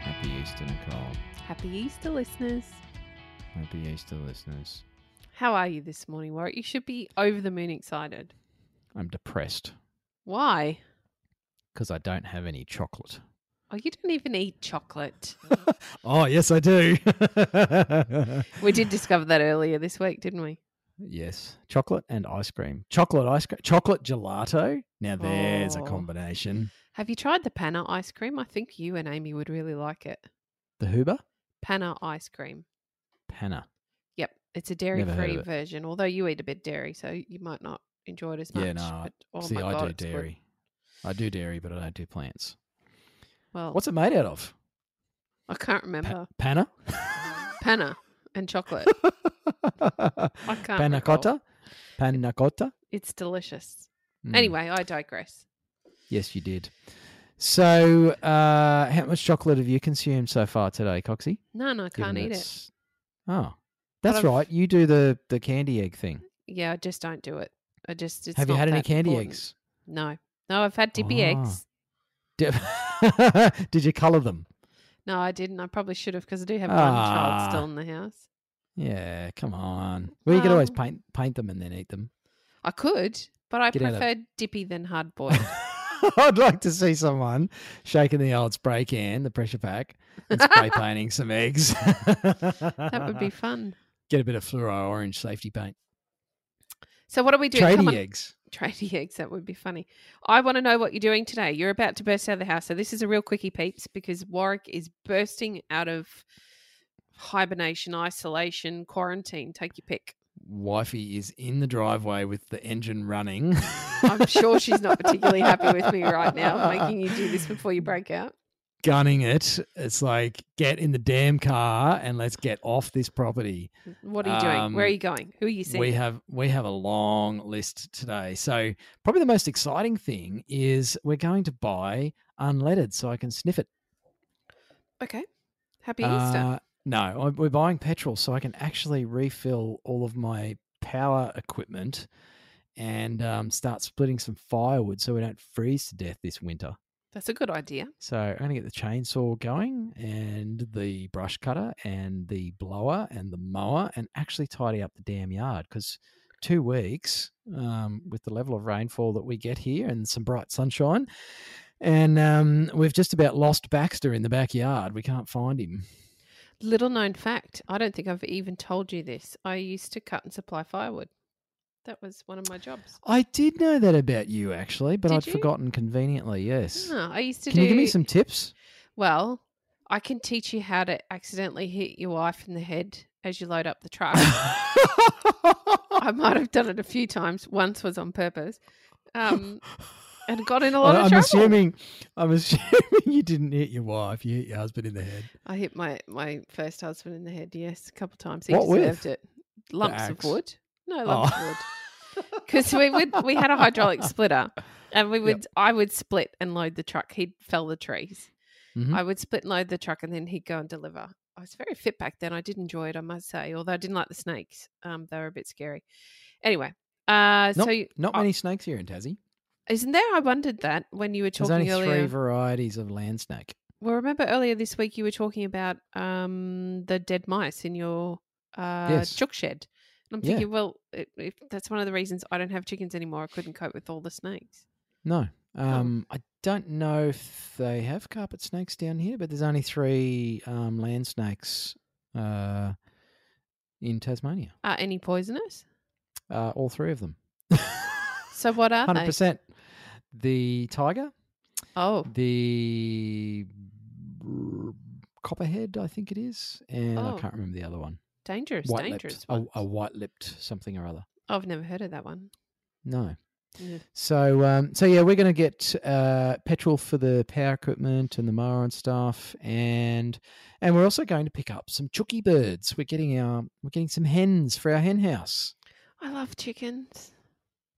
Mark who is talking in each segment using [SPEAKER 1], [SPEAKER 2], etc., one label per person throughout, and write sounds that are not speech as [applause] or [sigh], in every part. [SPEAKER 1] Happy Easter, Nicole.
[SPEAKER 2] Happy Easter, listeners.
[SPEAKER 1] Happy Easter, listeners.
[SPEAKER 2] How are you this morning, Warwick? You should be over the moon excited.
[SPEAKER 1] I'm depressed
[SPEAKER 2] Why?
[SPEAKER 1] because I don't have any chocolate.
[SPEAKER 2] Oh, you don't even eat [laughs] chocolate.
[SPEAKER 1] Oh, yes, I do. [laughs]
[SPEAKER 2] we did discover that earlier this week, didn't we?
[SPEAKER 1] yes, chocolate and ice cream. Chocolate ice cream. Chocolate gelato. Now there's
[SPEAKER 2] Oh.
[SPEAKER 1] a combination.
[SPEAKER 2] Have you tried the panna ice cream? I think you and Amy would really like it.
[SPEAKER 1] The Huber?
[SPEAKER 2] Panna ice cream.
[SPEAKER 1] Panna.
[SPEAKER 2] Yep, it's a dairy-free
[SPEAKER 1] of it.
[SPEAKER 2] version. Although you eat a bit dairy, so you might not enjoy it as much.
[SPEAKER 1] Yeah, no,
[SPEAKER 2] but- oh
[SPEAKER 1] See,
[SPEAKER 2] my
[SPEAKER 1] I
[SPEAKER 2] God,
[SPEAKER 1] do
[SPEAKER 2] it's good.
[SPEAKER 1] dairy. I do dairy, but I don't do plants.
[SPEAKER 2] Well,
[SPEAKER 1] What's it made out of?
[SPEAKER 2] I can't
[SPEAKER 1] Pa- [laughs]
[SPEAKER 2] remember.
[SPEAKER 1] panna?
[SPEAKER 2] [laughs] panna and chocolate. can't
[SPEAKER 1] Panna
[SPEAKER 2] recall.
[SPEAKER 1] cotta? Panna cotta?
[SPEAKER 2] it's delicious.
[SPEAKER 1] Mm.
[SPEAKER 2] Anyway, I digress.
[SPEAKER 1] Yes, you did. So, uh, how much chocolate have you consumed so far today, Coxie?
[SPEAKER 2] No, no, I
[SPEAKER 1] Given
[SPEAKER 2] can't eat it.
[SPEAKER 1] it's-
[SPEAKER 2] But
[SPEAKER 1] Oh, that's
[SPEAKER 2] I've-
[SPEAKER 1] right. You do the the candy egg thing.
[SPEAKER 2] Yeah, I just don't do it. I just it's
[SPEAKER 1] have you
[SPEAKER 2] not
[SPEAKER 1] had any
[SPEAKER 2] that
[SPEAKER 1] candy
[SPEAKER 2] important.
[SPEAKER 1] eggs?
[SPEAKER 2] No, no, I've had dippy
[SPEAKER 1] Ah.
[SPEAKER 2] eggs.
[SPEAKER 1] Did, [laughs] did you colour them?
[SPEAKER 2] No, I didn't. I probably should have because I do have one
[SPEAKER 1] Ah.
[SPEAKER 2] child still in the house.
[SPEAKER 1] Yeah, come on. Well, you could always
[SPEAKER 2] Um,
[SPEAKER 1] paint paint them and then eat them.
[SPEAKER 2] I could, but I
[SPEAKER 1] Get out of-
[SPEAKER 2] prefer dippy than hard boiled.
[SPEAKER 1] [laughs] I'd like to see someone shaking the old spray can, the pressure pack,
[SPEAKER 2] [laughs]
[SPEAKER 1] and spray painting some eggs.
[SPEAKER 2] that would
[SPEAKER 1] [laughs]
[SPEAKER 2] be fun.
[SPEAKER 1] get a bit of fluoro orange safety paint.
[SPEAKER 2] So what are we doing? Come
[SPEAKER 1] Tradie
[SPEAKER 2] on.
[SPEAKER 1] eggs.
[SPEAKER 2] Tradie eggs. That would be funny. I want to know what you're doing today. You're about to burst out of the house, so this is a real quickie, peeps, because Warwick is bursting out of hibernation, isolation, quarantine. Take your pick.
[SPEAKER 1] Wifey is in the driveway with the engine running. [laughs]
[SPEAKER 2] I'm sure she's not particularly happy with me right now, making you do this before you break out.
[SPEAKER 1] Gunning it. It's like, get in the damn car and let's get off this property.
[SPEAKER 2] What are you doing? Where are
[SPEAKER 1] Um,
[SPEAKER 2] you going? Who are you seeing?
[SPEAKER 1] We have we have a long list today. So probably the most exciting thing is we're going to buy unleaded so I can sniff it.
[SPEAKER 2] okay. Happy Easter.
[SPEAKER 1] Uh, no, I- we're buying petrol so I can actually refill all of my power equipment and um, start splitting some firewood so we don't freeze to death this winter.
[SPEAKER 2] That's a good idea.
[SPEAKER 1] So I'm going to get the chainsaw going and the brush cutter and the blower and the mower and actually tidy up the damn yard because two weeks um, with the level of rainfall that we get here and some bright sunshine. And um, we've just about lost Baxter in the backyard. We can't find him.
[SPEAKER 2] Little known fact. I don't think I've even told you this. I used to cut and supply firewood. That was one of my jobs.
[SPEAKER 1] I did know that about you actually, but
[SPEAKER 2] Did
[SPEAKER 1] I'd
[SPEAKER 2] you?
[SPEAKER 1] forgotten conveniently. Yes.
[SPEAKER 2] Ah, I used to
[SPEAKER 1] Can
[SPEAKER 2] do.
[SPEAKER 1] you give me
[SPEAKER 2] [laughs]
[SPEAKER 1] some tips? [laughs]
[SPEAKER 2] Well, I can teach you how to accidentally hit your wife in the head as you load up the
[SPEAKER 1] [laughs]
[SPEAKER 2] truck. I
[SPEAKER 1] I
[SPEAKER 2] might have done it a few times. Once was on purpose, um, and got in a lot of
[SPEAKER 1] I'm
[SPEAKER 2] trouble.
[SPEAKER 1] assuming I'm [laughs] assuming you didn't hit your wife, you hit your husband in the head.
[SPEAKER 2] I hit my my first husband in the head. Yes, a couple times. He
[SPEAKER 1] What with?
[SPEAKER 2] deserved it. Lumps of
[SPEAKER 1] axe? Oh.
[SPEAKER 2] wood. No lumps of wood. Because we would we had a
[SPEAKER 1] [laughs]
[SPEAKER 2] hydraulic splitter, and we
[SPEAKER 1] Yep.
[SPEAKER 2] would I would split and load the truck. He'd fell the trees.
[SPEAKER 1] Mhm.
[SPEAKER 2] I would split and load the truck, and then he'd go and deliver. I was very fit back then. I did enjoy it, I must say. Although I didn't like the snakes. Um, they were a bit scary. Anyway, uh, so you-
[SPEAKER 1] Not
[SPEAKER 2] Oh.
[SPEAKER 1] many snakes here in Tassie.
[SPEAKER 2] isn't there? I wondered that when you were
[SPEAKER 1] There's
[SPEAKER 2] talking
[SPEAKER 1] only
[SPEAKER 2] earlier.
[SPEAKER 1] three varieties of land snake.
[SPEAKER 2] Well, remember earlier this week you were talking about um, the dead mice in your uh,
[SPEAKER 1] Yes.
[SPEAKER 2] chook shed. And I'm
[SPEAKER 1] Yeah.
[SPEAKER 2] thinking, well, it, if that's one of the reasons I don't have chickens anymore. I couldn't cope with all the snakes.
[SPEAKER 1] No.
[SPEAKER 2] Oh.
[SPEAKER 1] Um, I don't know if they have carpet snakes down here, but there's only three um, land snakes uh, in Tasmania.
[SPEAKER 2] Are any poisonous?
[SPEAKER 1] Uh, all three of them. [laughs]
[SPEAKER 2] So what are
[SPEAKER 1] Hundred
[SPEAKER 2] they?
[SPEAKER 1] percent. The tiger,
[SPEAKER 2] Oh,
[SPEAKER 1] the br- copperhead, I think it is, and
[SPEAKER 2] Oh.
[SPEAKER 1] I can't remember the other one.
[SPEAKER 2] dangerous,
[SPEAKER 1] White Oh,
[SPEAKER 2] dangerous.
[SPEAKER 1] lipped, a,
[SPEAKER 2] ones.
[SPEAKER 1] a white lipped something or other.
[SPEAKER 2] I've never heard of that one.
[SPEAKER 1] No.
[SPEAKER 2] Yeah.
[SPEAKER 1] So, um, so yeah, we're going to get uh, petrol for the power equipment and the mower and stuff, and And we're also going to pick up some chooky birds. We're getting our we're getting some hens for our hen house.
[SPEAKER 2] I love chickens.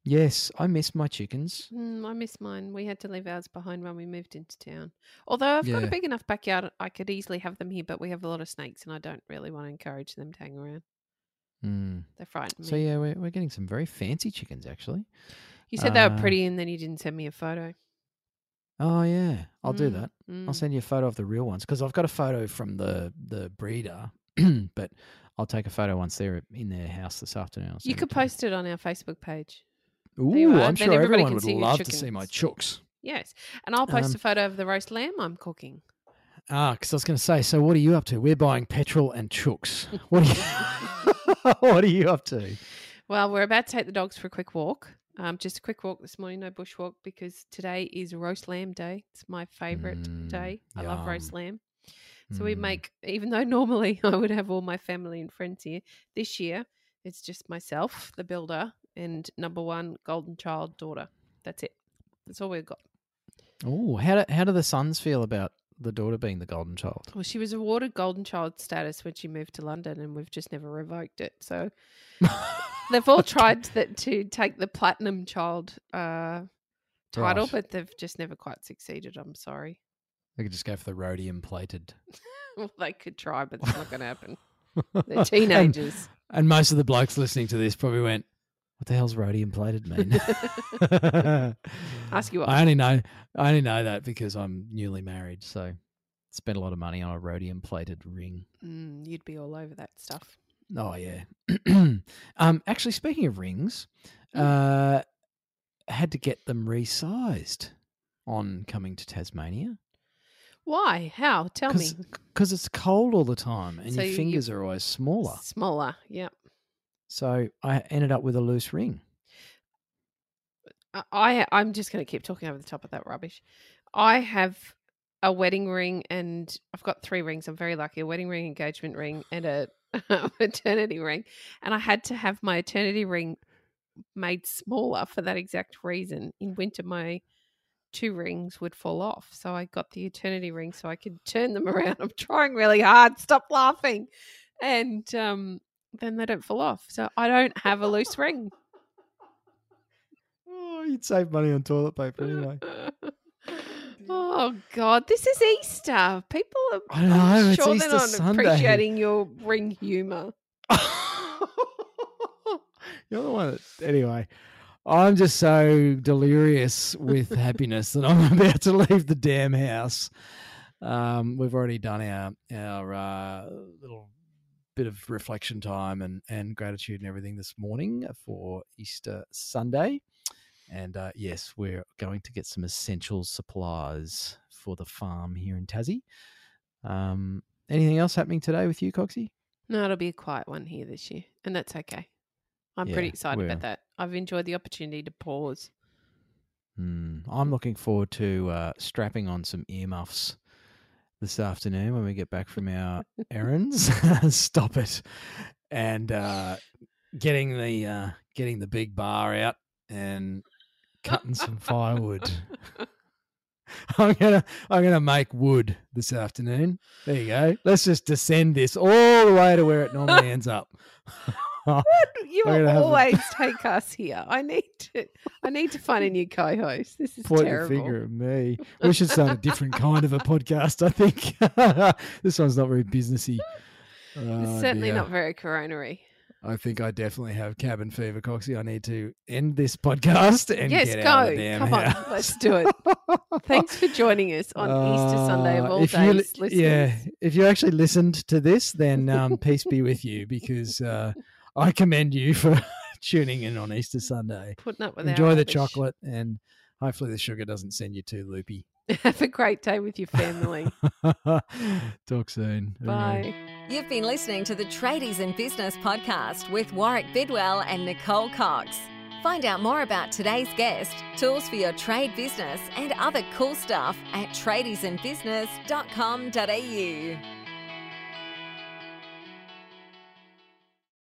[SPEAKER 1] Yes, I miss my chickens.
[SPEAKER 2] Mm, I miss mine. We had to leave ours behind when we moved into town. Although I've got a
[SPEAKER 1] Yeah.
[SPEAKER 2] big enough backyard, I could easily have them here, but we have a lot of snakes and I don't really want to encourage them to hang around.
[SPEAKER 1] Mm.
[SPEAKER 2] They frighten me.
[SPEAKER 1] So yeah, we're we're getting some very fancy chickens actually.
[SPEAKER 2] you said they were
[SPEAKER 1] uh,
[SPEAKER 2] pretty and then you didn't send me a photo.
[SPEAKER 1] Oh yeah, I'll do
[SPEAKER 2] Mm,
[SPEAKER 1] that. I'll
[SPEAKER 2] mm.
[SPEAKER 1] send you a photo of the real ones because I've got a photo from the the breeder, [clears throat] but I'll take a photo once they're in their house this afternoon. I'll
[SPEAKER 2] You
[SPEAKER 1] send it
[SPEAKER 2] could
[SPEAKER 1] to 'em.
[SPEAKER 2] post it on our Facebook page. you
[SPEAKER 1] Ooh,
[SPEAKER 2] are,
[SPEAKER 1] I'm
[SPEAKER 2] then
[SPEAKER 1] sure
[SPEAKER 2] everybody
[SPEAKER 1] everyone
[SPEAKER 2] can
[SPEAKER 1] would
[SPEAKER 2] see your
[SPEAKER 1] love to see my chooks.
[SPEAKER 2] Yes. And I'll post
[SPEAKER 1] Um,
[SPEAKER 2] a photo of the roast lamb I'm cooking.
[SPEAKER 1] Ah, because I was going to say. So what are you up to? We're buying petrol and
[SPEAKER 2] [laughs]
[SPEAKER 1] chooks. What are you, [laughs] what are you up to?
[SPEAKER 2] Well, we're about to take the dogs for a quick walk. Um, just a quick walk this morning, no bush walk, because today is roast lamb day. It's my favorite
[SPEAKER 1] Mm,
[SPEAKER 2] day. I love roast
[SPEAKER 1] yum.
[SPEAKER 2] lamb. So we
[SPEAKER 1] Mm.
[SPEAKER 2] make, even though normally [laughs] I would have all my family and friends here, this year it's just myself, the builder, and number one golden child daughter. That's it. That's all we've got.
[SPEAKER 1] Hmm. Ooh, how do, how do the sons feel about the daughter being the golden child? [laughs]
[SPEAKER 2] Well, she was awarded golden child status when she moved to London, and we've just never revoked it. So They've all tried that to take the platinum child uh, title,
[SPEAKER 1] Right.
[SPEAKER 2] but they've just never quite succeeded. I'm sorry. [laughs]
[SPEAKER 1] They could just go for the rhodium plated.
[SPEAKER 2] Well, they could try, but it's not going to happen. They're teenagers.
[SPEAKER 1] And, and most of the blokes listening to this probably went, "What the hell's rhodium plated mean?"
[SPEAKER 2] Ask
[SPEAKER 1] [laughs]
[SPEAKER 2] you what.
[SPEAKER 1] I only know. I only know that because I'm newly married, so spent a lot of money on a rhodium plated ring.
[SPEAKER 2] Mm, you'd be all over that stuff.
[SPEAKER 1] Oh yeah. [clears throat] um, actually, speaking of rings, uh, had to get them resized on coming to Tasmania
[SPEAKER 2] Why? How? Tell me.
[SPEAKER 1] because it's cold all the time and
[SPEAKER 2] So you-
[SPEAKER 1] your
[SPEAKER 2] you-
[SPEAKER 1] fingers are always smaller.
[SPEAKER 2] Smaller. Yeah.
[SPEAKER 1] So I ended up with a loose ring.
[SPEAKER 2] I- I I'm just going to keep talking over the top of that rubbish. I have a wedding ring and I've got three rings. I'm very lucky. A wedding ring, engagement ring, and a [laughs] maternity ring. And I had to have my eternity ring made smaller for that exact reason. In winter my two rings would fall off. So I got the eternity ring so I could turn them [laughs] around. I'm trying really hard. Stop laughing. And um then they don't fall off. So I don't have a loose ring.
[SPEAKER 1] Oh, you'd save money on toilet [laughs] paper
[SPEAKER 2] [laughs] oh God, this is Easter. People are
[SPEAKER 1] I know,
[SPEAKER 2] I'm
[SPEAKER 1] it's
[SPEAKER 2] sure
[SPEAKER 1] Easter
[SPEAKER 2] they're not
[SPEAKER 1] Sunday.
[SPEAKER 2] appreciating your ring humor.
[SPEAKER 1] [laughs] You're the one that, anyway. I'm just so delirious with happiness that I'm [laughs] about to leave the damn house. Um, we've already done our our uh, little bit of reflection time and and gratitude and everything this morning for Easter Sunday, and uh, yes, we're going to get some essential supplies for the farm here in Tassie. Um, anything else happening today with you, Coxie?
[SPEAKER 2] No, it'll be a quiet one here this year, and that's okay. I'm pretty
[SPEAKER 1] Yeah,
[SPEAKER 2] excited
[SPEAKER 1] we're-
[SPEAKER 2] about that. I've enjoyed the opportunity to pause.
[SPEAKER 1] Mm, I'm looking forward to uh, strapping on some earmuffs this afternoon when we get back from our errands. [laughs] Stop it, and uh, getting the uh, getting the big bar out and cutting some firewood. [laughs] I'm gonna I'm gonna make wood this afternoon. There you go. Let's just descend this all the way to where it normally ends up.
[SPEAKER 2] [laughs] You
[SPEAKER 1] We're gonna have a-
[SPEAKER 2] always take us here. I need to. I need to find a new co-host. This is
[SPEAKER 1] Point
[SPEAKER 2] terrible.
[SPEAKER 1] your finger at me. We should start a
[SPEAKER 2] [laughs]
[SPEAKER 1] different kind of a podcast, I think. [laughs] this one's not very businessy.
[SPEAKER 2] It's
[SPEAKER 1] Oh,
[SPEAKER 2] certainly
[SPEAKER 1] dear.
[SPEAKER 2] not very coronary.
[SPEAKER 1] I think I definitely have cabin fever, Coxie. I need to end this podcast and
[SPEAKER 2] yes,
[SPEAKER 1] get
[SPEAKER 2] go.
[SPEAKER 1] out of the damn
[SPEAKER 2] Come
[SPEAKER 1] house.
[SPEAKER 2] on, let's do it.
[SPEAKER 1] [laughs]
[SPEAKER 2] Thanks for joining us on Easter Sunday of
[SPEAKER 1] Uh,
[SPEAKER 2] all
[SPEAKER 1] if you
[SPEAKER 2] days,
[SPEAKER 1] li-
[SPEAKER 2] listeners.
[SPEAKER 1] Yeah, if you actually listened to this, then
[SPEAKER 2] [laughs]
[SPEAKER 1] um, peace be with you, because uh, I commend you [laughs] for tuning in on Easter Sunday.
[SPEAKER 2] Putting up with our
[SPEAKER 1] Enjoy the
[SPEAKER 2] rubbish.
[SPEAKER 1] chocolate, and hopefully the sugar doesn't send you too loopy.
[SPEAKER 2] Have a great day with your family.
[SPEAKER 1] [laughs] Talk soon. everyone.
[SPEAKER 2] Bye.
[SPEAKER 3] You've been listening to the Tradies in Business podcast with Warwick Bidwell and Nicole Cox. Find out more about today's guest, tools for your trade business, and other cool stuff at tradiesinbusiness.com.au.